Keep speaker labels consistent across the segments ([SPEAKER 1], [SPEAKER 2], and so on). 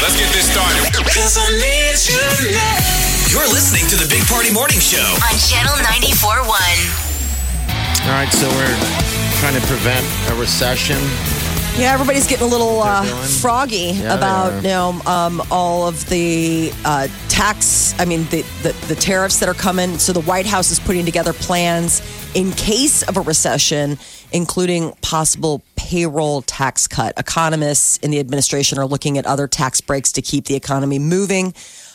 [SPEAKER 1] Let's get this started.
[SPEAKER 2] You're listening to the Big Party Morning Show.
[SPEAKER 3] on Channel 94.1.
[SPEAKER 4] All right, so we're trying to prevent a recession.
[SPEAKER 5] Yeah, everybody's getting a little uh, froggy
[SPEAKER 4] Yeah,
[SPEAKER 5] about you
[SPEAKER 4] they
[SPEAKER 5] know um, all of the uh, tax. I mean, the, the the tariffs that are coming. So the White House is putting together plans in case of a recession, including possible payroll tax cut. Economists in the administration are looking at other tax breaks to keep the economy moving.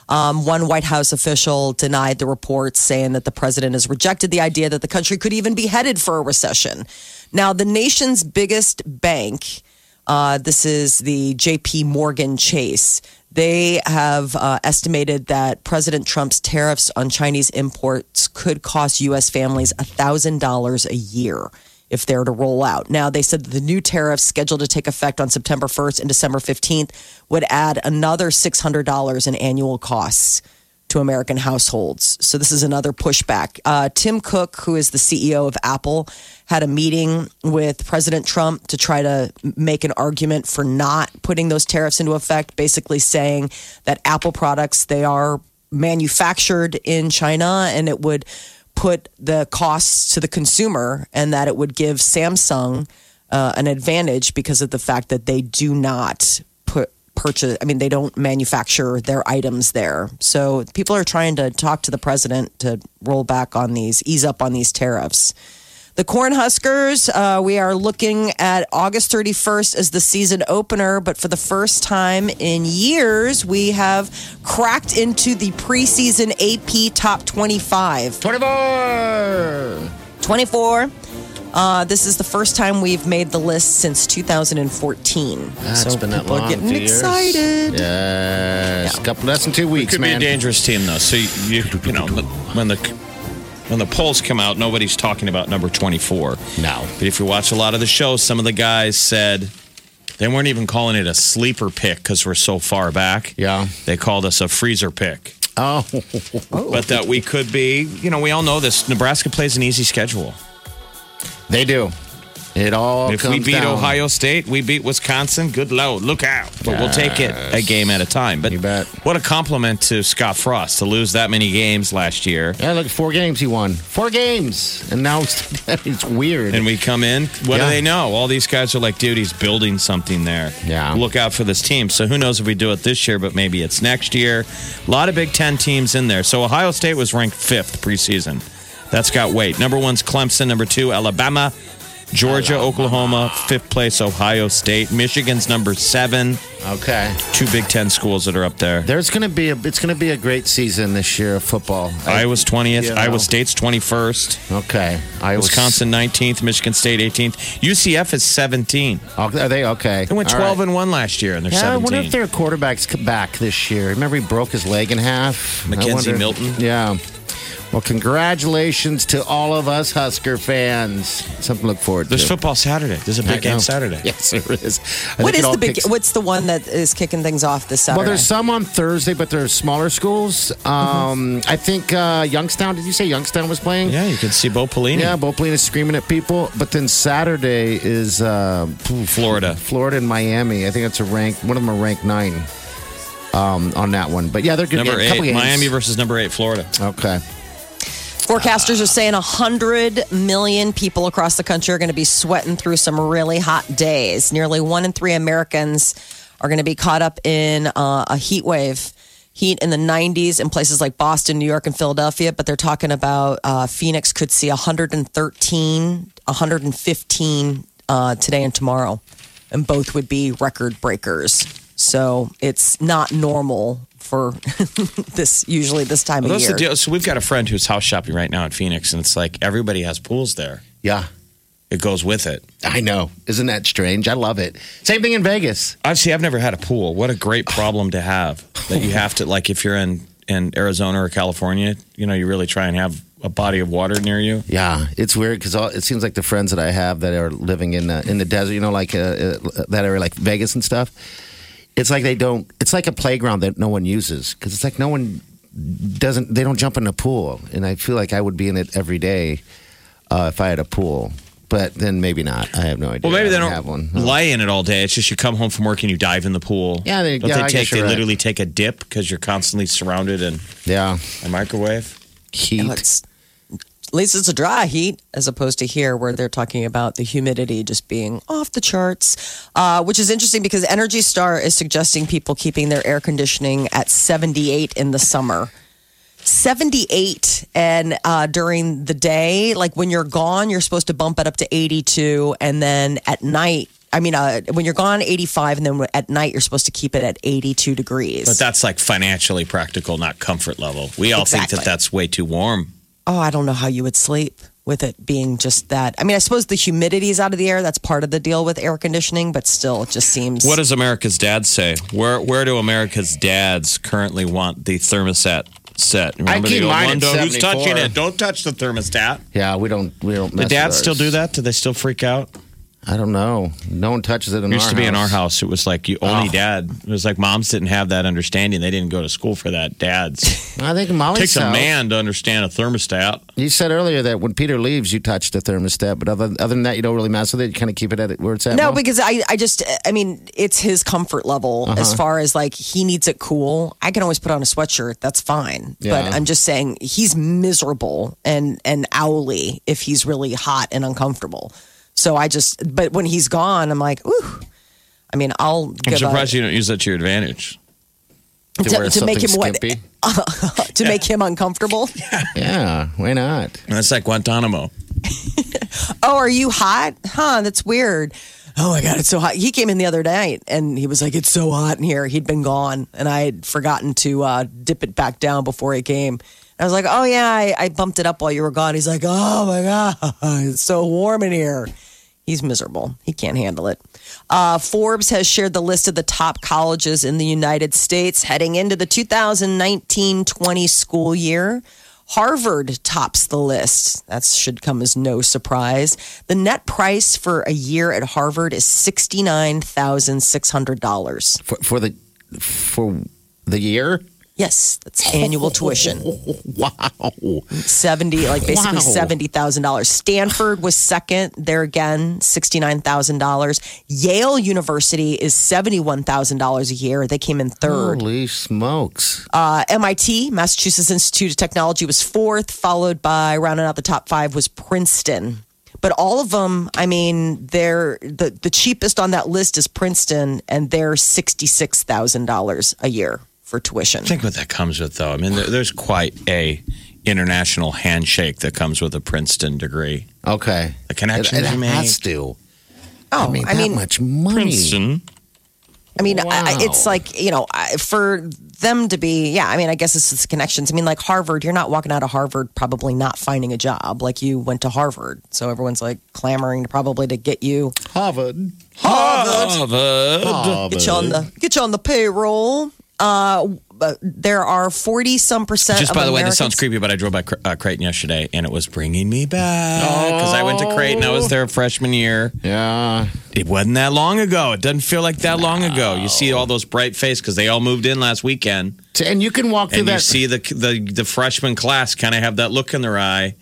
[SPEAKER 5] Um, one White House official denied the report, saying that the president has rejected the idea that the country could even be headed for a recession. Now, the nation's biggest bank, uh, this is the JP Morgan Chase, they have uh, estimated that President Trump's tariffs on Chinese imports could cost U.S. families $1,000 a year if they're to roll out. Now, they said that the new tariffs scheduled to take effect on September 1st and December 15th would add another $600 in annual costs to American households. So this is another pushback. Uh, Tim Cook, who is the CEO of Apple, had a meeting with President Trump to try to make an argument for not putting those tariffs into effect, basically saying that Apple products, they are manufactured in China and it would put the costs to the consumer and that it would give Samsung uh, an advantage because of the fact that they do not put purchase i mean they don't manufacture their items there so people are trying to talk to the president to roll back on these ease up on these tariffs the cornhuskers uh, we are looking at august 31st as the season opener but for the first time in years we have cracked into the preseason ap top 25
[SPEAKER 4] 24!
[SPEAKER 5] 24 uh, this is the first time we've made the list since 2014
[SPEAKER 4] That's
[SPEAKER 5] so
[SPEAKER 4] been that
[SPEAKER 5] people
[SPEAKER 4] long.
[SPEAKER 5] are getting
[SPEAKER 4] two years.
[SPEAKER 5] excited
[SPEAKER 4] Yes. Couple, less than two weeks,
[SPEAKER 1] Could
[SPEAKER 4] man.
[SPEAKER 1] be a dangerous team though. So you, you, you know when the when the polls come out, nobody's talking about number twenty four.
[SPEAKER 4] No.
[SPEAKER 1] But if you watch a lot of the shows, some of the guys said they weren't even calling it a sleeper pick because we're so far back.
[SPEAKER 4] Yeah.
[SPEAKER 1] They called us a freezer pick.
[SPEAKER 4] Oh,
[SPEAKER 1] But that we could be, you know, we all know this. Nebraska plays an easy schedule.
[SPEAKER 4] they do. It all
[SPEAKER 1] if
[SPEAKER 4] comes
[SPEAKER 1] we beat
[SPEAKER 4] down.
[SPEAKER 1] Ohio State, we beat Wisconsin. Good lord, look out! But we'll take it a game at a time. But
[SPEAKER 4] You bet.
[SPEAKER 1] what a compliment to Scott Frost to lose that many games last year,
[SPEAKER 4] Yeah, look, four games he won. Four games. And now it's, it's weird.
[SPEAKER 1] and we come in. What do
[SPEAKER 4] Yeah.
[SPEAKER 1] they know? All these guys are like, dude, he's building something there.
[SPEAKER 4] Yeah.
[SPEAKER 1] look out for this team. So who knows if we do it this year? But maybe it's next year. A lot of Big Ten teams in there. So Ohio State was ranked fifth preseason. That's got weight. Number one's Clemson. Number two, Alabama. Georgia, Oklahoma, fifth place, Ohio State. Michigan's number seven.
[SPEAKER 4] okay.
[SPEAKER 1] two Big Ten schools that are up there.
[SPEAKER 4] There's going to be a, it's going to be a great season this year of football.
[SPEAKER 1] Iowa's 20th,
[SPEAKER 4] Yeah.
[SPEAKER 1] Iowa State's 21st,
[SPEAKER 4] okay. Iowa-
[SPEAKER 1] Wisconsin 19th, Michigan State 18th. UCF is 17.
[SPEAKER 4] Oh, Are they okay?
[SPEAKER 1] They went
[SPEAKER 4] All
[SPEAKER 1] 12
[SPEAKER 4] right.
[SPEAKER 1] and 1 last year, and they're
[SPEAKER 4] Yeah, I
[SPEAKER 1] 17.
[SPEAKER 4] wonder if their quarterback's c- back this year. Remember, he broke his leg in half. I
[SPEAKER 1] Mackenzie
[SPEAKER 4] wonder-
[SPEAKER 1] Milton.
[SPEAKER 4] Yeah. Well, congratulations to all of us Husker fans. Something to look forward
[SPEAKER 1] There's
[SPEAKER 4] to.
[SPEAKER 1] football Saturday. There's a
[SPEAKER 4] I
[SPEAKER 1] big game
[SPEAKER 4] know.
[SPEAKER 1] Saturday.
[SPEAKER 4] Yes, there is. I
[SPEAKER 5] What
[SPEAKER 4] think it
[SPEAKER 5] is
[SPEAKER 4] all
[SPEAKER 5] the big?
[SPEAKER 4] kicks-
[SPEAKER 5] What's the one that is kicking things off this Saturday?
[SPEAKER 4] Well, there's some on Thursday, but they're smaller schools. Um, I think uh, Youngstown. Did you say Youngstown was playing?
[SPEAKER 1] Yeah, you can see Bo Pelini.
[SPEAKER 4] Yeah, Boplin is screaming at people. But then Saturday is uh,
[SPEAKER 1] Florida.
[SPEAKER 4] Florida and Miami. I think that's a rank. One of them are ranked nine um, on that one. But yeah, they're good.
[SPEAKER 1] Number
[SPEAKER 4] yeah, a couple
[SPEAKER 1] eight,
[SPEAKER 4] games.
[SPEAKER 1] Miami versus number eight, Florida.
[SPEAKER 4] Okay.
[SPEAKER 5] Forecasters are saying 100 million people across the country are going to be sweating through some really hot days. Nearly one in three Americans are going to be caught up in uh, a heat wave. Heat in the 90s in places like Boston, New York, and Philadelphia, but they're talking about uh, Phoenix could see 113, 115 uh, today and tomorrow, and both would be record breakers. So it's not normal for this usually this time
[SPEAKER 1] Well,
[SPEAKER 5] of
[SPEAKER 1] that's
[SPEAKER 5] year.
[SPEAKER 1] the deal. So we've got a friend who's house shopping right now in Phoenix, and it's like everybody has pools there.
[SPEAKER 4] Yeah.
[SPEAKER 1] It goes with it.
[SPEAKER 4] I know. Isn't that strange? I love it. Same thing in Vegas.
[SPEAKER 1] I see. I've never had a pool. What a great problem to have that you have to like if you're in in Arizona or California. You know, you really try and have a body of water near you.
[SPEAKER 4] Yeah, it's weird because it seems like the friends that I have that are living in the, in the desert, you know, like uh, uh, that are like Vegas and stuff. It's like they don't. It's like a playground that no one uses because it's like no one doesn't. They don't jump in a pool, and I feel like I would be in it every day uh, if I had a pool. But then maybe not. I have no idea.
[SPEAKER 1] Well, maybe
[SPEAKER 4] I
[SPEAKER 1] they don't
[SPEAKER 4] have one.
[SPEAKER 1] lay in it all day. It's just you come home from work and you dive in the pool.
[SPEAKER 4] Yeah, they-
[SPEAKER 1] don't
[SPEAKER 4] yeah, I
[SPEAKER 1] they take
[SPEAKER 4] guess
[SPEAKER 1] they
[SPEAKER 4] you're right.
[SPEAKER 1] literally take a dip because you're constantly surrounded in
[SPEAKER 4] Yeah,
[SPEAKER 1] a microwave.
[SPEAKER 5] Well,
[SPEAKER 4] heat.
[SPEAKER 5] it's- at least it's a dry heat as opposed to here where they're talking about the humidity just being off the charts, uh, which is interesting because Energy Star is suggesting people keeping their air conditioning at 78 in the summer. 78 and uh, during the day like when you're gone you're supposed to bump it up to 82 and then at night i mean uh, when you're gone 85 and then at night you're supposed to keep it at 82 degrees
[SPEAKER 1] But that's like financially practical, not comfort level. We all think that
[SPEAKER 5] Exactly.
[SPEAKER 1] that's way too warm.
[SPEAKER 5] oh, I don't know how you would sleep with it being just that. I mean, I suppose the humidity is out of the air. That's part of the deal with air conditioning, but still, it just seems.
[SPEAKER 1] What does America's dad say? Where where do America's dads currently want the thermostat set? Remember
[SPEAKER 4] keep
[SPEAKER 1] the old
[SPEAKER 4] mine
[SPEAKER 1] one?
[SPEAKER 4] at
[SPEAKER 1] Don't- Who's
[SPEAKER 4] 74.
[SPEAKER 1] touching it? Don't touch the thermostat.
[SPEAKER 4] Yeah, we don't. We don't.
[SPEAKER 1] The
[SPEAKER 4] mess with
[SPEAKER 1] dads still do
[SPEAKER 4] ours.
[SPEAKER 1] that? Do they still freak out?
[SPEAKER 4] I don't know. No one touches it in
[SPEAKER 1] It used
[SPEAKER 4] our
[SPEAKER 1] to be
[SPEAKER 4] house.
[SPEAKER 1] in our house. Oh. It was like you only dad. It was like moms didn't have that understanding. They didn't go to school for that. Dads
[SPEAKER 4] I think Molly's
[SPEAKER 1] takes a
[SPEAKER 4] house-
[SPEAKER 1] man to understand a thermostat.
[SPEAKER 4] You said earlier that when Peter leaves, you touch the thermostat, but other, other than that, you don't really mess with it. You kind of keep it at it where it's at.
[SPEAKER 5] No,
[SPEAKER 4] Mel?
[SPEAKER 5] because I, I just, I mean, it's his comfort level
[SPEAKER 1] Uh-huh.
[SPEAKER 5] as far as like he needs it cool. I can always put on a sweatshirt. That's fine.
[SPEAKER 4] Yeah.
[SPEAKER 5] But I'm just saying he's miserable and, and owly if he's really hot and uncomfortable. So I just, but when he's gone, I'm like, ooh. I mean, I'll
[SPEAKER 1] I'm
[SPEAKER 5] give a-
[SPEAKER 1] surprised you don't use that to your advantage.
[SPEAKER 4] to, wear
[SPEAKER 5] to make
[SPEAKER 4] something
[SPEAKER 5] him what?
[SPEAKER 4] skimpy.
[SPEAKER 5] to make him uncomfortable.
[SPEAKER 4] Yeah, why not?
[SPEAKER 1] And That's like Guantanamo.
[SPEAKER 5] oh, are you hot? Huh, that's weird. Oh my God, it's so hot. He came in the other night and he was like, it's so hot in here. He'd been gone and I had forgotten to uh, dip it back down before he came. I was like, oh yeah, I, I bumped it up while you were gone. He's like, oh my God, it's so warm in here. He's miserable. He can't handle it. Uh, Forbes has shared the list of the top colleges in the United States heading into the 2019 20 school year. Harvard tops the list. That should come as no surprise. The net price for a year at Harvard is $69,600.
[SPEAKER 4] For, for the for the year.
[SPEAKER 5] Yes, that's annual tuition.
[SPEAKER 4] Wow.
[SPEAKER 5] 70 like basically
[SPEAKER 4] Wow.
[SPEAKER 5] $70,000. Stanford was second there again, $69,000. Yale University is $71,000 a year. They came in third.
[SPEAKER 4] Holy smokes!
[SPEAKER 5] Uh, MIT, Massachusetts Institute of Technology, was fourth, followed by rounding out the top five was Princeton. But all of them, I mean, they're the, the cheapest on that list is Princeton, and they're sixty-six thousand dollars a year for tuition.
[SPEAKER 1] think what that comes with, though. I mean, there, there's quite a international handshake that comes with a Princeton degree.
[SPEAKER 4] Okay,
[SPEAKER 1] The connections
[SPEAKER 4] it, it
[SPEAKER 1] you
[SPEAKER 4] has
[SPEAKER 1] make.
[SPEAKER 4] to.
[SPEAKER 5] Oh,
[SPEAKER 4] I mean, that much money.
[SPEAKER 1] Princeton.
[SPEAKER 5] I mean, I, I, it's
[SPEAKER 4] Wow.
[SPEAKER 5] like you know, I, for them to be, yeah. I mean, I guess it's just connections. I mean, like Harvard, you're not walking out of Harvard probably not finding a job. Like you went to Harvard, so everyone's like clamoring to probably to get you
[SPEAKER 4] Harvard.
[SPEAKER 1] Oh,
[SPEAKER 5] get you on the get you on the payroll. Uh, but there are forty some percent.
[SPEAKER 1] Just
[SPEAKER 5] of
[SPEAKER 1] by the way, this
[SPEAKER 5] Americans-
[SPEAKER 1] sounds creepy, but I drove by Cr- uh, Creighton yesterday, and it was bringing me back because I went to Creighton. I was there freshman year.
[SPEAKER 4] Yeah,
[SPEAKER 1] It wasn't that long ago. It doesn't feel like that long ago. You see all those bright faces because they all moved in last weekend,
[SPEAKER 4] T- and you can walk through
[SPEAKER 1] and you
[SPEAKER 4] that.
[SPEAKER 1] see the the, the freshman class kind of have that look in their eye.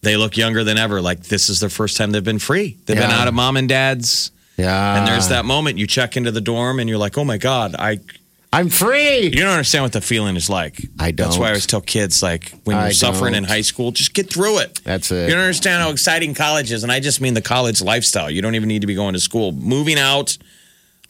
[SPEAKER 1] They look younger than ever. Like this is their first time they've been free. They've been
[SPEAKER 4] Yeah. Ah.
[SPEAKER 1] out of mom and dad's.
[SPEAKER 4] yeah,
[SPEAKER 1] And there's that moment you check into the dorm and you're like, oh my God, I
[SPEAKER 4] I'm free.
[SPEAKER 1] you don't understand what the feeling is like.
[SPEAKER 4] I
[SPEAKER 1] That's why I
[SPEAKER 4] don't.
[SPEAKER 1] always tell kids like when you're
[SPEAKER 4] I
[SPEAKER 1] suffering in
[SPEAKER 4] don't.
[SPEAKER 1] high school, just get through it.
[SPEAKER 4] That's
[SPEAKER 1] You
[SPEAKER 4] it.
[SPEAKER 1] don't understand how exciting college is, and I just mean the college lifestyle. You don't even need to be going to school. Moving out,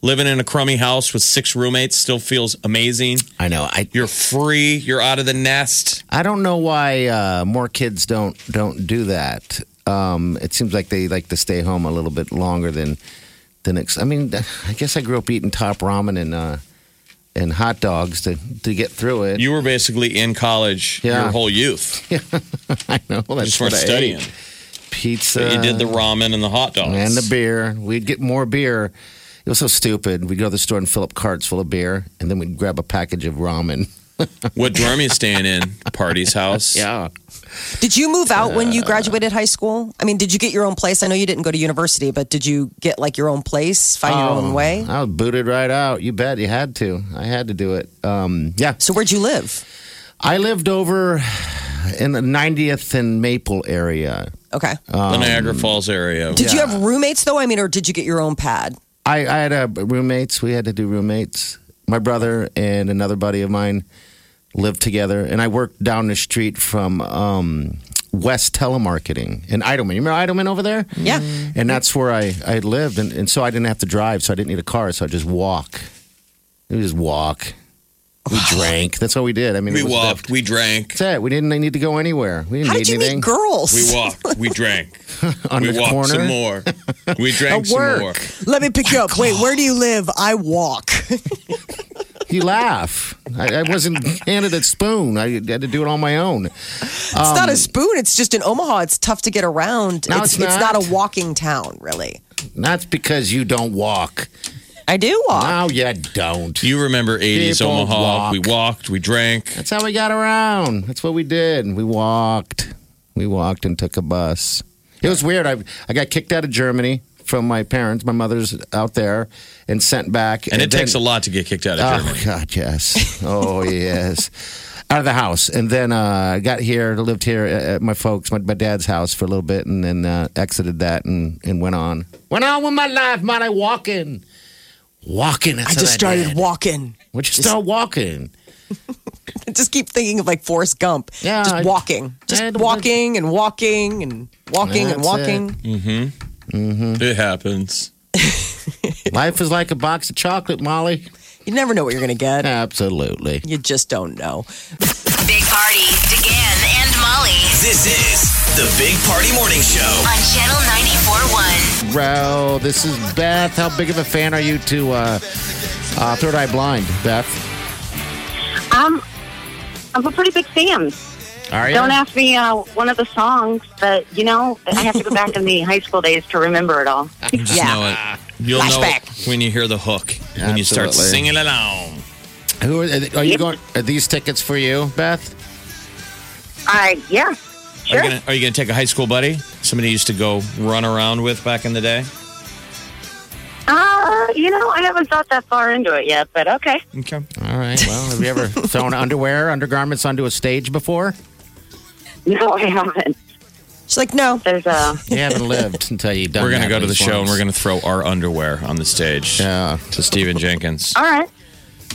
[SPEAKER 1] living in a crummy house with six roommates still feels amazing.
[SPEAKER 4] I know. I
[SPEAKER 1] You're free. You're out of the nest.
[SPEAKER 4] I don't know why uh, more kids don't don't do that. Um, it seems like they like to stay home a little bit longer than than. Ex- I mean, I guess I grew up eating top ramen and uh, and hot dogs to to get through it.
[SPEAKER 1] You were basically in college
[SPEAKER 4] Yeah.
[SPEAKER 1] your whole youth.
[SPEAKER 4] I know that's
[SPEAKER 1] Just weren't
[SPEAKER 4] what I
[SPEAKER 1] studying.
[SPEAKER 4] ate. pizza.
[SPEAKER 1] But you did the ramen and the hot dogs.
[SPEAKER 4] and the beer. We'd get more beer. It was so stupid. We'd go to the store and fill up carts full of beer, and then we'd grab a package of ramen.
[SPEAKER 1] What dorm you staying in? Party's house.
[SPEAKER 4] Yeah,
[SPEAKER 5] Did you move out when you graduated high school? I mean, did you get your own place? I know you didn't go to university, but did you get like your own place, find your
[SPEAKER 1] Oh.
[SPEAKER 5] own way?
[SPEAKER 4] I was booted right out. You bet. You had to. I had to do it. Um, yeah,
[SPEAKER 5] So where'd you live?
[SPEAKER 4] I lived over in the 90th and Maple area.
[SPEAKER 5] Okay.
[SPEAKER 4] Um,
[SPEAKER 1] The Niagara Falls area.
[SPEAKER 5] Did you have roommates though? I mean, or did you get your own pad?
[SPEAKER 4] I, I had uh, roommates. We had to do roommates. My brother and another buddy of mine lived together, and I worked down the street from um, West Telemarketing in Idleman. You remember Idleman over there?
[SPEAKER 5] Yeah.
[SPEAKER 4] And that's where I, I lived, and, and so I didn't have to drive, so I didn't need a car, so I just walk. We just walk. We drank. That's all we did. I mean,
[SPEAKER 1] We
[SPEAKER 4] it was that-
[SPEAKER 1] walked. We drank.
[SPEAKER 4] That's it. We didn't need to go anywhere. We didn't
[SPEAKER 5] How
[SPEAKER 4] need
[SPEAKER 5] did you
[SPEAKER 4] anything.
[SPEAKER 5] meet girls?
[SPEAKER 1] We walked. We drank.
[SPEAKER 4] On
[SPEAKER 1] we
[SPEAKER 4] the
[SPEAKER 1] walked
[SPEAKER 4] corner.
[SPEAKER 1] some more. We drank
[SPEAKER 4] At
[SPEAKER 1] some
[SPEAKER 4] work.
[SPEAKER 1] more.
[SPEAKER 5] Let me pick you up. Wait, where do you live? I walk.
[SPEAKER 4] You laugh. I, I wasn't handed a spoon. I had to do it on my own.
[SPEAKER 5] it's not a spoon. It's just in Omaha. It's tough to get around.
[SPEAKER 4] No,
[SPEAKER 5] it's,
[SPEAKER 4] it's
[SPEAKER 5] not.
[SPEAKER 4] not.
[SPEAKER 5] a walking town, really.
[SPEAKER 4] That's because you don't walk.
[SPEAKER 5] I do walk.
[SPEAKER 4] Oh, you don't.
[SPEAKER 1] You remember 80s
[SPEAKER 4] People
[SPEAKER 1] Omaha.
[SPEAKER 4] walk.
[SPEAKER 1] We walked. We drank.
[SPEAKER 4] That's how we got around. That's what we did. We walked. We walked and took a bus. It was weird. I I got kicked out of Germany from my parents. My mother's out there and sent back.
[SPEAKER 1] And it
[SPEAKER 4] then-
[SPEAKER 1] takes a lot to get kicked out of
[SPEAKER 4] Oh
[SPEAKER 1] Germany.
[SPEAKER 4] God, yes. Oh yes. Out of the house, and then uh, I got here, lived here at at my folks, my, my dad's house for a little bit, and then uh, exited that and, and went on. Went on with my life, man. I walking, walking.
[SPEAKER 5] I just started
[SPEAKER 4] walking.
[SPEAKER 5] walking.
[SPEAKER 4] Would you start walking?
[SPEAKER 5] I just keep thinking of like Forrest Gump.
[SPEAKER 4] Yeah,
[SPEAKER 5] Just
[SPEAKER 4] I-
[SPEAKER 5] walking. Just
[SPEAKER 4] I had-
[SPEAKER 5] walking and walking and walking and
[SPEAKER 4] That's
[SPEAKER 5] walking.
[SPEAKER 1] It happens.
[SPEAKER 4] Life is like a box of chocolate, Molly.
[SPEAKER 5] You never know what you're going to get.
[SPEAKER 4] Absolutely.
[SPEAKER 5] You just don't know.
[SPEAKER 3] Big Party, DeGan and Molly
[SPEAKER 2] This is the Big Party Morning Show.
[SPEAKER 3] on Channel 94.1.
[SPEAKER 4] Well, this is Beth. How big of a fan are you to uh, uh, Third Eye Blind, Beth?
[SPEAKER 6] Um, I'm a pretty big fan.
[SPEAKER 4] Are you?
[SPEAKER 6] Don't ask me uh, one of the songs, but you know, I have to go back in the high school days to remember it all.
[SPEAKER 1] You just
[SPEAKER 5] Yeah.
[SPEAKER 1] know it. You'll know
[SPEAKER 5] Flashback.
[SPEAKER 1] it when you hear the hook. When you start
[SPEAKER 4] Absolutely.
[SPEAKER 1] singing along.
[SPEAKER 4] Who are, are you going? Are these tickets for you, Beth?
[SPEAKER 6] I yeah, sure.
[SPEAKER 1] Are you gonna- Are you going to take a high school buddy? Somebody you used to go run around with back in the day?
[SPEAKER 6] uh, you know, I haven't thought that far into it yet, but okay.
[SPEAKER 1] Okay.
[SPEAKER 4] All right. Well, have you ever thrown underwear, undergarments onto a stage before?
[SPEAKER 6] No, I haven't.
[SPEAKER 5] She's like, no.
[SPEAKER 6] There's uh,
[SPEAKER 4] You haven't lived until you done.
[SPEAKER 1] We're going to
[SPEAKER 4] that
[SPEAKER 1] go to the
[SPEAKER 4] these
[SPEAKER 1] show and
[SPEAKER 4] ones.
[SPEAKER 1] we're going to throw our underwear on the stage
[SPEAKER 4] Yeah.
[SPEAKER 1] to Stephen Jenkins.
[SPEAKER 6] all right.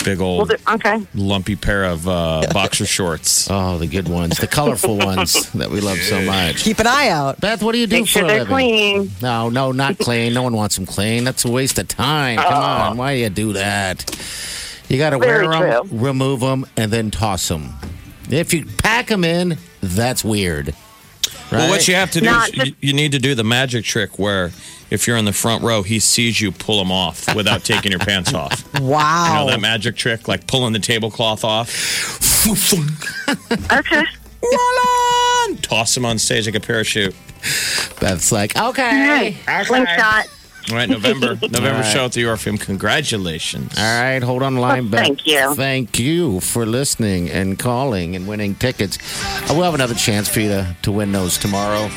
[SPEAKER 1] Big
[SPEAKER 6] Ah. Well,
[SPEAKER 1] old
[SPEAKER 6] do, okay.
[SPEAKER 1] lumpy pair of uh, boxer shorts.
[SPEAKER 4] Oh, the good ones, the colorful ones that we love so much.
[SPEAKER 5] Keep an eye out.
[SPEAKER 4] Beth, what do you do
[SPEAKER 6] Make
[SPEAKER 4] for
[SPEAKER 6] sure
[SPEAKER 4] a
[SPEAKER 6] they're
[SPEAKER 4] living?
[SPEAKER 6] clean.
[SPEAKER 4] No, no, not clean. No one wants them clean. That's a waste of time. Come on, why you do that? You got to wear
[SPEAKER 6] Oh. Very
[SPEAKER 4] them,
[SPEAKER 6] true.
[SPEAKER 4] remove them, and then toss them. If you pack them in, that's weird.
[SPEAKER 1] Well, what
[SPEAKER 4] Right?
[SPEAKER 1] you have to do
[SPEAKER 6] No,
[SPEAKER 1] is
[SPEAKER 6] it's just-
[SPEAKER 1] you, you need to do the magic trick where if you're in the front row, he sees you pull them off without taking your pants off. You
[SPEAKER 5] Wow.
[SPEAKER 1] know
[SPEAKER 7] Oh.
[SPEAKER 1] that magic trick, like pulling the tablecloth off,
[SPEAKER 6] Okay.
[SPEAKER 1] toss them on stage like a parachute.
[SPEAKER 4] Beth's like, okay.
[SPEAKER 6] All right. Slingshot.
[SPEAKER 1] All right, November, November
[SPEAKER 4] All right.
[SPEAKER 1] show at the Orpheum. Congratulations.
[SPEAKER 4] All right, hold on the line,
[SPEAKER 6] Well,
[SPEAKER 4] Beth.
[SPEAKER 6] thank you.
[SPEAKER 4] Thank you for listening and calling and winning tickets. Uh, We'll have another chance for you to, to win those tomorrow.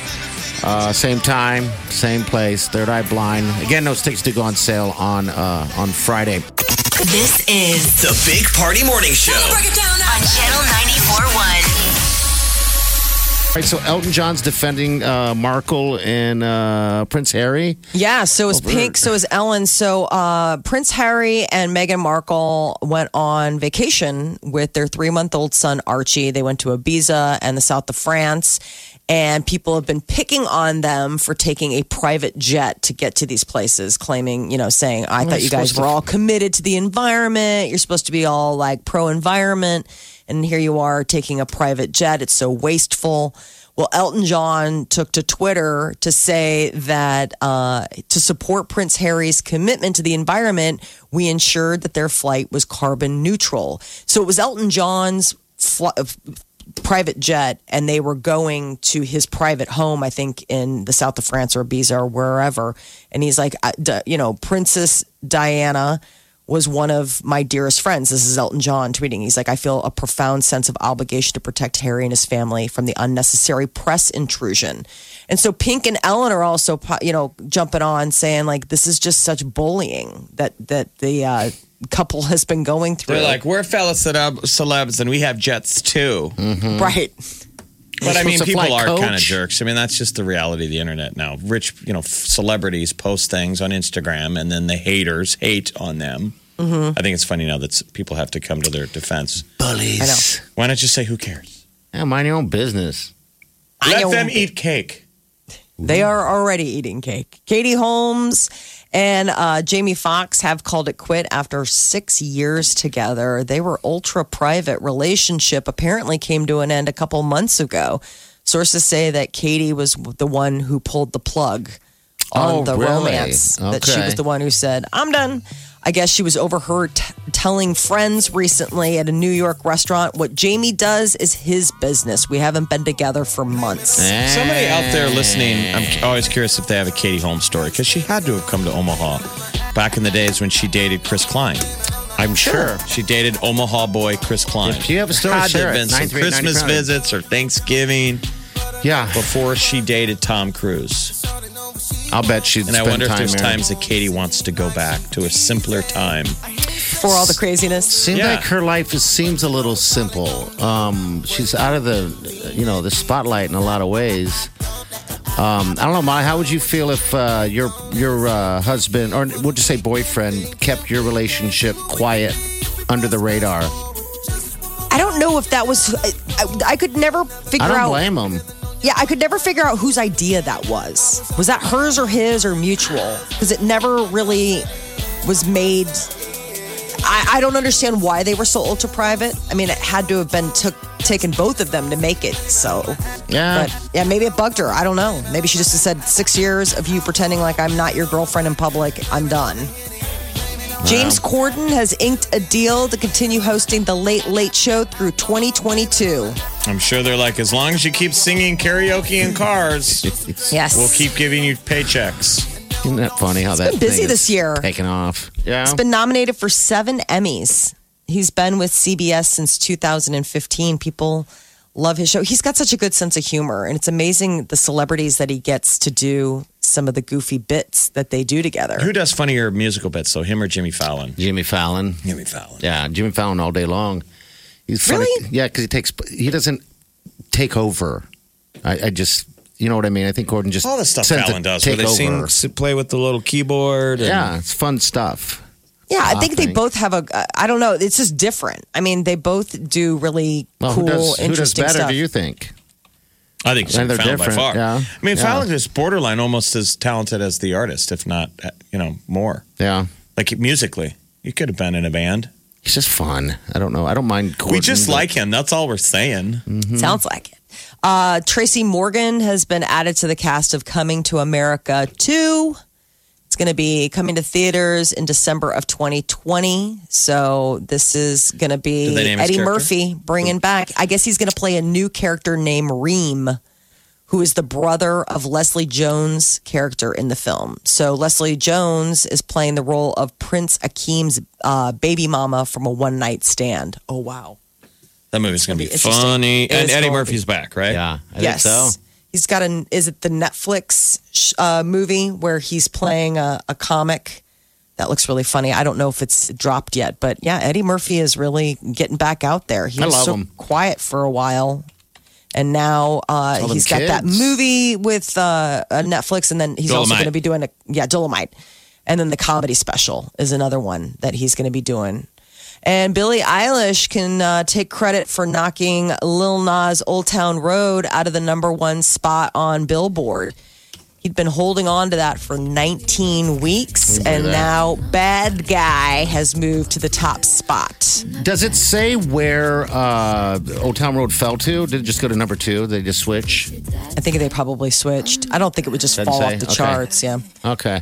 [SPEAKER 4] Uh, same time, same place. Third Eye Blind. Again, those tickets do go on sale on uh, on Friday.
[SPEAKER 3] This is
[SPEAKER 2] The Big Party Morning Show.
[SPEAKER 3] on Channel 94.1.
[SPEAKER 4] All right, so Elton John's defending uh, Markle and uh, Prince Harry.
[SPEAKER 5] Yeah, so is Pink, so is Ellen. So uh, Prince Harry and Meghan Markle went on vacation with their three month old son, Archie. They went to Ibiza and the south of France. And people have been picking on them for taking a private jet to get to these places, claiming, you know, saying, I thought you guys were all committed to the environment. You're supposed to be all like pro environment. And here you are taking a private jet. It's so wasteful. Well, Elton John took to Twitter to say that uh, to support Prince Harry's commitment to the environment, we ensured that their flight was carbon neutral. So it was Elton John's fl- private jet and they were going to his private home, I think in the south of France or Ibiza or wherever. And he's like, I- d- you know, Princess Diana was one of my dearest friends. This is Elton John tweeting. He's like, I feel a profound sense of obligation to protect Harry and his family from the unnecessary press intrusion. And so Pink and Ellen are also, po- you know, jumping on saying like, this is just such bullying that that the uh, couple has been going through.
[SPEAKER 7] They're like, we're fellow celeb- celebs and we have jets too.
[SPEAKER 5] right.
[SPEAKER 7] "Hmm.
[SPEAKER 1] But I mean,
[SPEAKER 4] supposed to
[SPEAKER 1] people
[SPEAKER 4] fly
[SPEAKER 1] are
[SPEAKER 4] coach?
[SPEAKER 1] kind of jerks. I mean, that's just the reality of the internet now. Rich, you know, f- celebrities post things on Instagram, and then the haters hate on them.
[SPEAKER 4] Mm-hmm.
[SPEAKER 1] I think it's funny now that s- people have to come to their defense.
[SPEAKER 4] Bullies. I
[SPEAKER 1] Why not just say who cares?
[SPEAKER 4] Yeah, mind your own business.
[SPEAKER 1] Let
[SPEAKER 5] know.
[SPEAKER 1] them eat cake.
[SPEAKER 5] They are already eating cake. Katie Holmes and uh, Jamie Foxx have called it quit after six years together. They were ultra private relationship apparently came to an end a couple months ago. Sources say that Katie was the one who pulled the plug on
[SPEAKER 4] Oh,
[SPEAKER 5] the
[SPEAKER 4] really?
[SPEAKER 5] romance. That she
[SPEAKER 4] Okay.
[SPEAKER 5] was the one who said, "I'm done." I guess she was overheard t- telling friends recently at a New York restaurant, "What Jamie does is his business. We haven't been together for months."
[SPEAKER 1] Somebody out there listening, I'm c- always curious if they have a Katie Holmes story because she had to have come to Omaha back in the days when she dated Chris Klein.
[SPEAKER 4] I'm sure.
[SPEAKER 1] She dated Omaha boy Chris Klein.
[SPEAKER 4] If you have a story,
[SPEAKER 1] had to
[SPEAKER 4] share
[SPEAKER 1] have
[SPEAKER 4] it.
[SPEAKER 1] been some
[SPEAKER 4] 938,
[SPEAKER 1] Christmas
[SPEAKER 4] 95.
[SPEAKER 1] visits or Thanksgiving
[SPEAKER 4] Yeah.
[SPEAKER 1] before she dated Tom Cruise.
[SPEAKER 4] I'll bet she'd
[SPEAKER 1] And I
[SPEAKER 4] spend
[SPEAKER 1] wonder if
[SPEAKER 4] time
[SPEAKER 1] there's
[SPEAKER 4] there.
[SPEAKER 1] times that Katie wants to go back to a simpler time.
[SPEAKER 5] For all the craziness.
[SPEAKER 4] Seems
[SPEAKER 1] Yeah.
[SPEAKER 4] like her life is, seems a little simple. Um, she's out of the, you know, the spotlight in a lot of ways. Um, I don't know, Molly. How would you feel if uh, your your uh, husband, or we'll just say boyfriend, kept your relationship quiet under the radar?
[SPEAKER 5] I don't know if that was. I, I, I could never figure
[SPEAKER 4] I don't
[SPEAKER 5] out.
[SPEAKER 4] blame him.
[SPEAKER 5] Yeah, I could never figure out whose idea that was. Was that hers or his or mutual? Because it never really was made. I, I don't understand why they were so ultra private. I mean, it had to have been took taken both of them to make it so.
[SPEAKER 4] Yeah.
[SPEAKER 5] But yeah, maybe it bugged her. I don't know. Maybe she just said six years of you pretending like I'm not your girlfriend in public. I'm done. James Corden has inked a deal to continue hosting the Late Late Show through 2022.
[SPEAKER 1] I'm sure they're like, as long as you keep singing karaoke in cars,
[SPEAKER 5] Yes.
[SPEAKER 1] we'll keep giving you paychecks.
[SPEAKER 4] Isn't that funny how that
[SPEAKER 5] been busy
[SPEAKER 4] thing is
[SPEAKER 5] this year.
[SPEAKER 4] taking off? Yeah,
[SPEAKER 5] He's been nominated for seven Emmys. He's been with CBS since 2015. People love his show. He's got such a good sense of humor, and it's amazing the celebrities that he gets to do some of the goofy bits that they do together.
[SPEAKER 1] Who does funnier musical bits, though, him or Jimmy Fallon?
[SPEAKER 4] Jimmy Fallon.
[SPEAKER 1] Jimmy Fallon.
[SPEAKER 4] Yeah, Jimmy Fallon all day long. He's funny.
[SPEAKER 5] Really?
[SPEAKER 4] Yeah, because he takes he doesn't take over. I, I just you know what I mean. I think Gordon just
[SPEAKER 1] All the stuff
[SPEAKER 4] tends to
[SPEAKER 1] Fallon does, where
[SPEAKER 4] Take
[SPEAKER 1] they sing,
[SPEAKER 4] over.
[SPEAKER 1] s- play with the little keyboard. and-
[SPEAKER 4] yeah, it's fun stuff.
[SPEAKER 5] Yeah, I think they
[SPEAKER 4] Thanks.
[SPEAKER 5] both have a. uh, I don't know. It's just different. I mean, they both do really
[SPEAKER 4] Well,
[SPEAKER 5] cool,
[SPEAKER 4] who does who does
[SPEAKER 5] interesting
[SPEAKER 4] better?
[SPEAKER 5] stuff.
[SPEAKER 4] Do you think?
[SPEAKER 1] I think Jimmy
[SPEAKER 4] And they're
[SPEAKER 1] Fallon by
[SPEAKER 4] different,
[SPEAKER 1] far.
[SPEAKER 4] yeah.
[SPEAKER 1] I mean,
[SPEAKER 4] Yeah.
[SPEAKER 1] Fallon is borderline almost as talented as the artist, if not, uh, you know, more.
[SPEAKER 4] Yeah,
[SPEAKER 1] Like musically, you could have been in a band.
[SPEAKER 4] he's just fun. I don't know. I don't mind. Gordon,
[SPEAKER 1] we just
[SPEAKER 4] but-
[SPEAKER 1] like him. That's all we're saying.
[SPEAKER 5] Sounds like it. Uh, Tracy Morgan has been added to the cast of Coming to America 2. It's going to be coming to theaters in December of 2020. So this is going to
[SPEAKER 1] Did
[SPEAKER 5] be
[SPEAKER 1] they name his
[SPEAKER 5] Eddie
[SPEAKER 1] character? Hmm.
[SPEAKER 5] Murphy bringing back. I guess he's going to play a new character named Reem, who is the brother of Leslie Jones' character in the film. So Leslie Jones is playing the role of Prince Akeem's uh, baby mama from a one night stand. Oh, wow.
[SPEAKER 1] That movie's going to be,
[SPEAKER 5] It's gonna be
[SPEAKER 1] funny.
[SPEAKER 5] interesting. It
[SPEAKER 1] and
[SPEAKER 5] is
[SPEAKER 1] Eddie
[SPEAKER 5] going to
[SPEAKER 1] Murphy's back, right?
[SPEAKER 4] Yeah, I
[SPEAKER 5] yes.
[SPEAKER 4] think so.
[SPEAKER 5] He's got an, is it the Netflix sh- uh, movie where he's playing a, a comic? That looks really funny. I don't know if it's dropped yet, but yeah, Eddie Murphy is really getting back out there. He
[SPEAKER 4] I
[SPEAKER 5] was
[SPEAKER 4] love
[SPEAKER 5] so
[SPEAKER 4] him.
[SPEAKER 5] quiet for a while. And now uh,
[SPEAKER 4] All them
[SPEAKER 5] he's got that
[SPEAKER 4] kids.
[SPEAKER 5] movie with uh, uh, Netflix, and then he's also
[SPEAKER 1] Dolomite.
[SPEAKER 5] going to be doing a yeah Dolomite, and then the comedy special is another one that he's going to be doing. And Billie Eilish can uh, take credit for knocking Lil Nas Old Town Road out of the number one spot on Billboard. He'd been holding on to that for 19 weeks, and
[SPEAKER 4] that.
[SPEAKER 5] now Bad Guy has moved to the top spot.
[SPEAKER 4] Does it say where uh, Old Town Road fell to? Did it just go to number two? They just switch.
[SPEAKER 5] I think they probably switched. I don't think it would just
[SPEAKER 4] Doesn't
[SPEAKER 5] fall
[SPEAKER 4] say?
[SPEAKER 5] off the
[SPEAKER 4] Okay.
[SPEAKER 5] charts. Yeah.
[SPEAKER 4] Okay.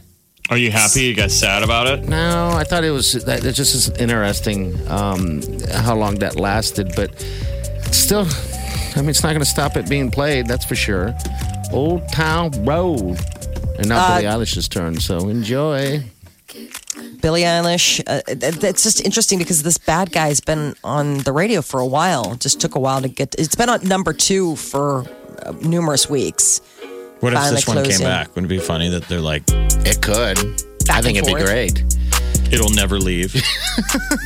[SPEAKER 1] Are you happy? You guys sad about it?
[SPEAKER 4] No, I thought it was that. It just is interesting um, how long that lasted, but still, I mean, it's not going to stop it being played, that's for sure. Old Town Road. And now Billie Eilish's turn, so enjoy.
[SPEAKER 5] Billie Eilish. Uh, th- it's just interesting because this bad guy's been on the radio for a while. Just took a while to get. It's been on number two for uh, numerous weeks.
[SPEAKER 1] What if
[SPEAKER 5] Finally
[SPEAKER 1] this one came
[SPEAKER 5] closing.
[SPEAKER 1] back? Wouldn't it be funny that they're like,
[SPEAKER 4] It could. I
[SPEAKER 5] Back
[SPEAKER 4] think it'd
[SPEAKER 5] and
[SPEAKER 4] be
[SPEAKER 5] forth.
[SPEAKER 4] great.
[SPEAKER 1] it'll never leave?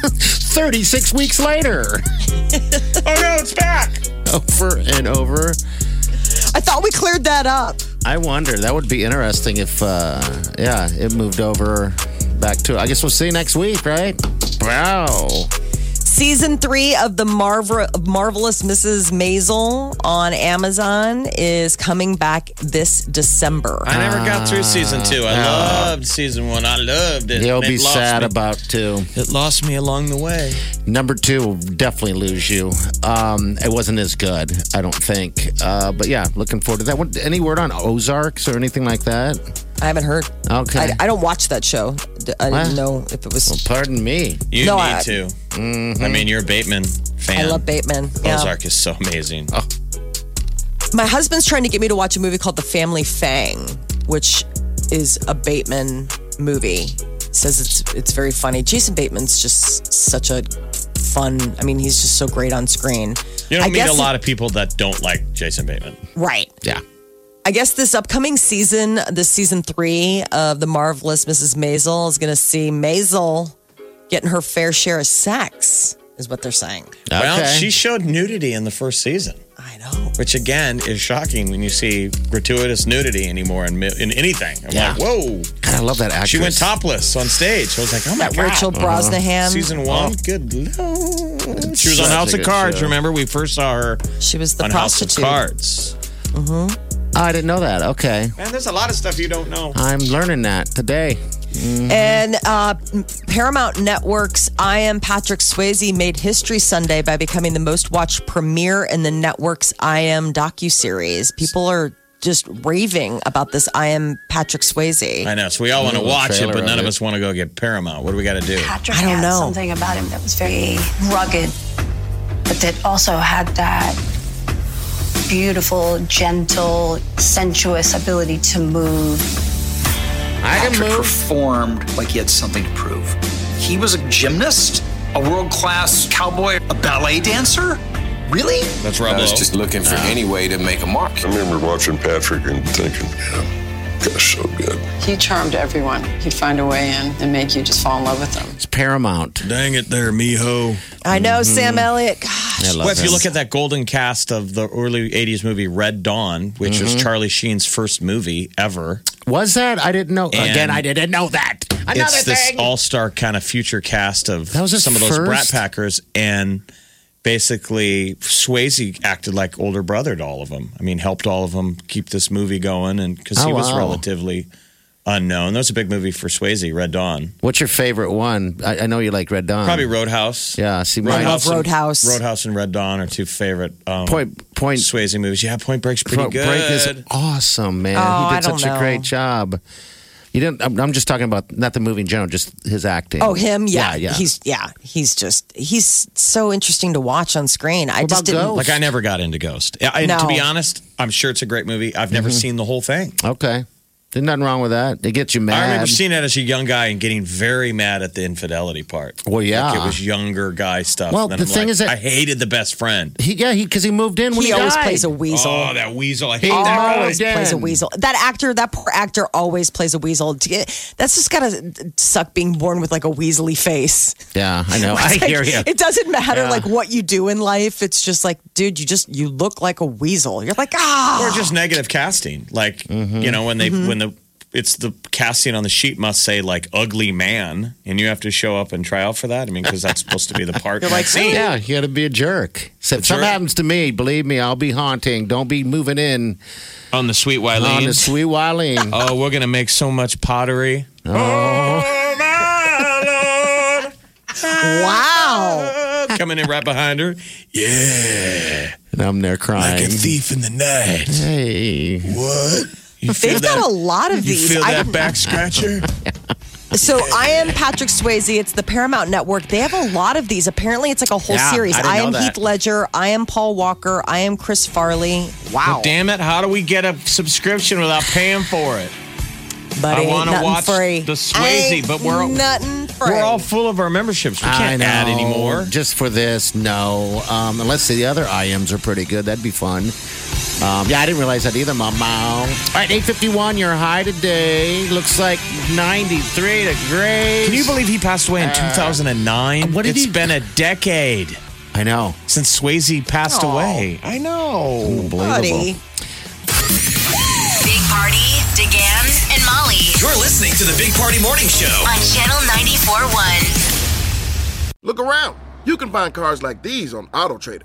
[SPEAKER 4] 36 weeks later,
[SPEAKER 1] oh no, it's back.
[SPEAKER 4] over and over.
[SPEAKER 5] I thought we cleared that up.
[SPEAKER 4] I wonder. That would be interesting if, uh, yeah, it moved over back to. I guess we'll see next week, right? Wow.
[SPEAKER 5] Season three of the Marver- marvelous Mrs. Maisel on Amazon is coming back this December.
[SPEAKER 1] I never got through season two. I loved season one. I loved it.
[SPEAKER 4] You'll
[SPEAKER 1] It
[SPEAKER 4] be
[SPEAKER 1] lost
[SPEAKER 4] sad
[SPEAKER 1] me.
[SPEAKER 4] about too.
[SPEAKER 1] It lost me along the way.
[SPEAKER 4] Number two will definitely lose you. Um, it wasn't as good, I don't think. Uh, but yeah, looking forward to that. What, any word on Ozarks or anything like that?
[SPEAKER 5] I haven't heard.
[SPEAKER 4] Okay.
[SPEAKER 5] I, I don't watch that show. D- I
[SPEAKER 4] What?
[SPEAKER 5] didn't know if it was.
[SPEAKER 4] Pardon me.
[SPEAKER 1] You
[SPEAKER 5] No,
[SPEAKER 1] need
[SPEAKER 5] I-
[SPEAKER 1] to. I mean, you're a Bateman fan.
[SPEAKER 5] I love Bateman. Yeah.
[SPEAKER 1] Ozark is so amazing.
[SPEAKER 5] My husband's trying to get me to watch a movie called The Family Fang, which is a Bateman movie. Says it's it's very funny. Jason Bateman's just such a fun. I mean, he's just so great on screen.
[SPEAKER 1] You don't
[SPEAKER 5] I
[SPEAKER 1] meet
[SPEAKER 5] guess
[SPEAKER 1] a lot of people that don't like Jason Bateman.
[SPEAKER 5] right.
[SPEAKER 4] Yeah.
[SPEAKER 5] I guess this upcoming season, this season three of the marvelous Mrs. Maisel is going to see Maisel getting her fair share of sex, is what they're saying.
[SPEAKER 1] Well,
[SPEAKER 4] Okay.
[SPEAKER 1] she showed nudity in the first season,
[SPEAKER 5] I know.
[SPEAKER 1] which again is shocking when you see gratuitous nudity anymore in, mi- in anything. I'm
[SPEAKER 4] Yeah.
[SPEAKER 1] like, whoa.
[SPEAKER 4] God, I love that actress.
[SPEAKER 1] She went topless on stage. I was like, oh my
[SPEAKER 5] That
[SPEAKER 1] God.
[SPEAKER 5] Rachel Brosnahan.
[SPEAKER 1] Mm-hmm. Season one, good lord. She was on
[SPEAKER 4] um, Such a
[SPEAKER 1] House of
[SPEAKER 4] good
[SPEAKER 1] Cards.
[SPEAKER 4] show.
[SPEAKER 1] Remember, we first saw her
[SPEAKER 5] she was the
[SPEAKER 1] on House of
[SPEAKER 5] prostitute.
[SPEAKER 1] Cards.
[SPEAKER 4] Oh, I didn't know that. Okay.
[SPEAKER 1] Man, there's a lot of stuff you don't know.
[SPEAKER 4] I'm learning that today.
[SPEAKER 5] And uh, Paramount Network's I Am Patrick Swayze made history Sunday by becoming the most watched premiere in the network's I Am docuseries. People are just raving about this I Am Patrick Swayze.
[SPEAKER 1] I know. So we all want to
[SPEAKER 4] Ooh,
[SPEAKER 1] watch it,
[SPEAKER 4] trailer
[SPEAKER 1] but none
[SPEAKER 4] of
[SPEAKER 1] of
[SPEAKER 4] it.
[SPEAKER 1] us want to go get Paramount. What do we got to do?
[SPEAKER 8] Patrick
[SPEAKER 5] I don't
[SPEAKER 8] had
[SPEAKER 5] know.
[SPEAKER 8] something about him that was very rugged, but that also had that beautiful, gentle, sensuous ability to move.
[SPEAKER 4] I can
[SPEAKER 9] Patrick
[SPEAKER 4] move.
[SPEAKER 9] performed like he had something to prove. He was a gymnast, a world class cowboy, a ballet dancer. Really?
[SPEAKER 1] That's Rob Lowe.
[SPEAKER 9] looking for any way to make a mark.
[SPEAKER 10] I remember watching Patrick and thinking, yeah, gosh, so good.
[SPEAKER 8] He charmed everyone. He'd find a way in and make you just fall in love with him.
[SPEAKER 4] It's Paramount.
[SPEAKER 1] Dang it there, mijo.
[SPEAKER 5] I know, Sam Elliott. Gosh.
[SPEAKER 4] I love
[SPEAKER 1] Well, if you
[SPEAKER 4] him.
[SPEAKER 1] look at that golden cast of the early 80s movie Red Dawn, which
[SPEAKER 4] Mm-hmm.
[SPEAKER 1] is Charlie Sheen's first movie ever,
[SPEAKER 4] was that? I didn't know.
[SPEAKER 1] And-
[SPEAKER 4] Again, I didn't know that. Another
[SPEAKER 1] it's this
[SPEAKER 4] thing.
[SPEAKER 1] all star kind of future cast of
[SPEAKER 4] That was his
[SPEAKER 1] some of those Brat
[SPEAKER 4] first?
[SPEAKER 1] Packers. And basically, Swayze acted like older brother to all of them. I mean, helped all of them keep this movie going. And because he
[SPEAKER 4] Oh,
[SPEAKER 1] was
[SPEAKER 4] wow.
[SPEAKER 1] relatively unknown, that was a big movie for Swayze, Red Dawn.
[SPEAKER 4] What's your favorite one? I, I know you like Red Dawn.
[SPEAKER 1] Probably Roadhouse.
[SPEAKER 4] Um, Yeah. See,
[SPEAKER 5] I
[SPEAKER 4] mine.
[SPEAKER 5] love Roadhouse.
[SPEAKER 1] Roadhouse and Red Dawn are two favorite um,
[SPEAKER 4] Point. Point.
[SPEAKER 1] Swayze movies. Yeah, Point Break's pretty
[SPEAKER 4] Point
[SPEAKER 1] good.
[SPEAKER 4] Break is awesome, man.
[SPEAKER 5] Oh,
[SPEAKER 4] he
[SPEAKER 5] I
[SPEAKER 4] did
[SPEAKER 5] don't
[SPEAKER 4] such a
[SPEAKER 5] know.
[SPEAKER 4] great job. You didn't. I'm, I'm just talking about not the movie in general, just his acting.
[SPEAKER 5] Oh, him? Yeah.
[SPEAKER 4] yeah.
[SPEAKER 5] He's yeah. He's just he's so interesting to watch on screen. I just
[SPEAKER 4] about
[SPEAKER 5] didn't.
[SPEAKER 4] Ghost?
[SPEAKER 1] like I never got into Ghost. I, and To
[SPEAKER 5] No.
[SPEAKER 1] be honest, I'm sure it's a great movie. I've
[SPEAKER 4] Mm-hmm.
[SPEAKER 1] never seen the whole thing.
[SPEAKER 4] okay. There's nothing wrong with that. It gets you mad.
[SPEAKER 1] I remember seeing it as a young guy and getting very mad at the infidelity part.
[SPEAKER 4] Well, yeah.
[SPEAKER 1] Like it was younger guy stuff.
[SPEAKER 4] Ah. Well,
[SPEAKER 1] And then
[SPEAKER 4] the
[SPEAKER 1] I'm
[SPEAKER 4] thing
[SPEAKER 1] like,
[SPEAKER 4] is that-
[SPEAKER 1] I hated the best friend.
[SPEAKER 4] he, yeah, he because he moved in when
[SPEAKER 5] He
[SPEAKER 4] he,
[SPEAKER 5] always
[SPEAKER 4] died.
[SPEAKER 5] plays a weasel.
[SPEAKER 1] Oh, that weasel! I hate
[SPEAKER 4] He
[SPEAKER 1] that guy.
[SPEAKER 4] always
[SPEAKER 5] plays a weasel. That actor, that poor actor, always plays a weasel. To get- That's just gotta suck being born with like a weaselly face.
[SPEAKER 4] Yeah, I know. I
[SPEAKER 5] It's like,
[SPEAKER 4] hear you.
[SPEAKER 5] It doesn't matter
[SPEAKER 4] Yeah.
[SPEAKER 5] like what you do in life. It's just like, dude, you just you look like a weasel. You're like ah.
[SPEAKER 1] Or just negative casting. Like
[SPEAKER 4] Mm-hmm.
[SPEAKER 1] you know when they when the it's the casting on the sheet must say like ugly man, and you have to show up and try out for that. I mean, because that's supposed to be the part. You're like, see,
[SPEAKER 4] Yeah, you got to be a jerk. So if
[SPEAKER 1] A
[SPEAKER 4] something
[SPEAKER 1] jerk.
[SPEAKER 4] happens to me, believe me, I'll be haunting. Don't be moving in
[SPEAKER 1] on the sweet
[SPEAKER 4] on
[SPEAKER 1] Wileen.
[SPEAKER 4] the sweet Wileen.
[SPEAKER 1] oh, we're gonna make so much pottery. Oh my lord!
[SPEAKER 5] Wow.
[SPEAKER 1] coming in right behind her. Yeah,
[SPEAKER 4] And I'm there crying.
[SPEAKER 1] thief in the night.
[SPEAKER 4] Hey,
[SPEAKER 1] What? You feel
[SPEAKER 5] They've got a lot of
[SPEAKER 1] You
[SPEAKER 5] these.
[SPEAKER 1] feel
[SPEAKER 5] I
[SPEAKER 1] that
[SPEAKER 5] didn't-
[SPEAKER 1] back scratcher?
[SPEAKER 5] So I am Patrick Swayze. It's the Paramount Network. They have a lot of these. Apparently, it's like a whole
[SPEAKER 1] Yeah,
[SPEAKER 5] series.
[SPEAKER 1] I didn't
[SPEAKER 5] I, am
[SPEAKER 1] know that.
[SPEAKER 5] Heath Ledger. I am Paul Walker. I am Chris Farley. Wow.
[SPEAKER 1] Well, damn it! How do we get a subscription without paying for it?
[SPEAKER 5] Buddy,
[SPEAKER 1] I want to
[SPEAKER 5] nothing
[SPEAKER 1] watch
[SPEAKER 5] free.
[SPEAKER 1] the Swayze,
[SPEAKER 5] Ain't
[SPEAKER 1] but we're
[SPEAKER 5] nothing free.
[SPEAKER 1] we're all full of our memberships. We
[SPEAKER 4] I
[SPEAKER 1] can't
[SPEAKER 4] know.
[SPEAKER 1] add anymore.
[SPEAKER 4] Just for this, no. Um, unless the other IMs are pretty good. That'd be fun. Um, yeah, I didn't realize that either, Mama. All right, 851, your high today. Looks like 93 to Grace.
[SPEAKER 1] Can you believe he passed away in
[SPEAKER 4] Uh,
[SPEAKER 1] 2009?
[SPEAKER 4] what did
[SPEAKER 1] It's
[SPEAKER 4] he-
[SPEAKER 1] been a decade
[SPEAKER 4] I know.
[SPEAKER 1] since Swayze passed
[SPEAKER 5] Aw.
[SPEAKER 1] away. I know.
[SPEAKER 5] Buddy.
[SPEAKER 3] Big Party, DeGan, and Molly
[SPEAKER 2] You're listening to the Big Party Morning Show.
[SPEAKER 3] on Channel 94.1.
[SPEAKER 11] Look around. You can find cars like these on AutoTrader.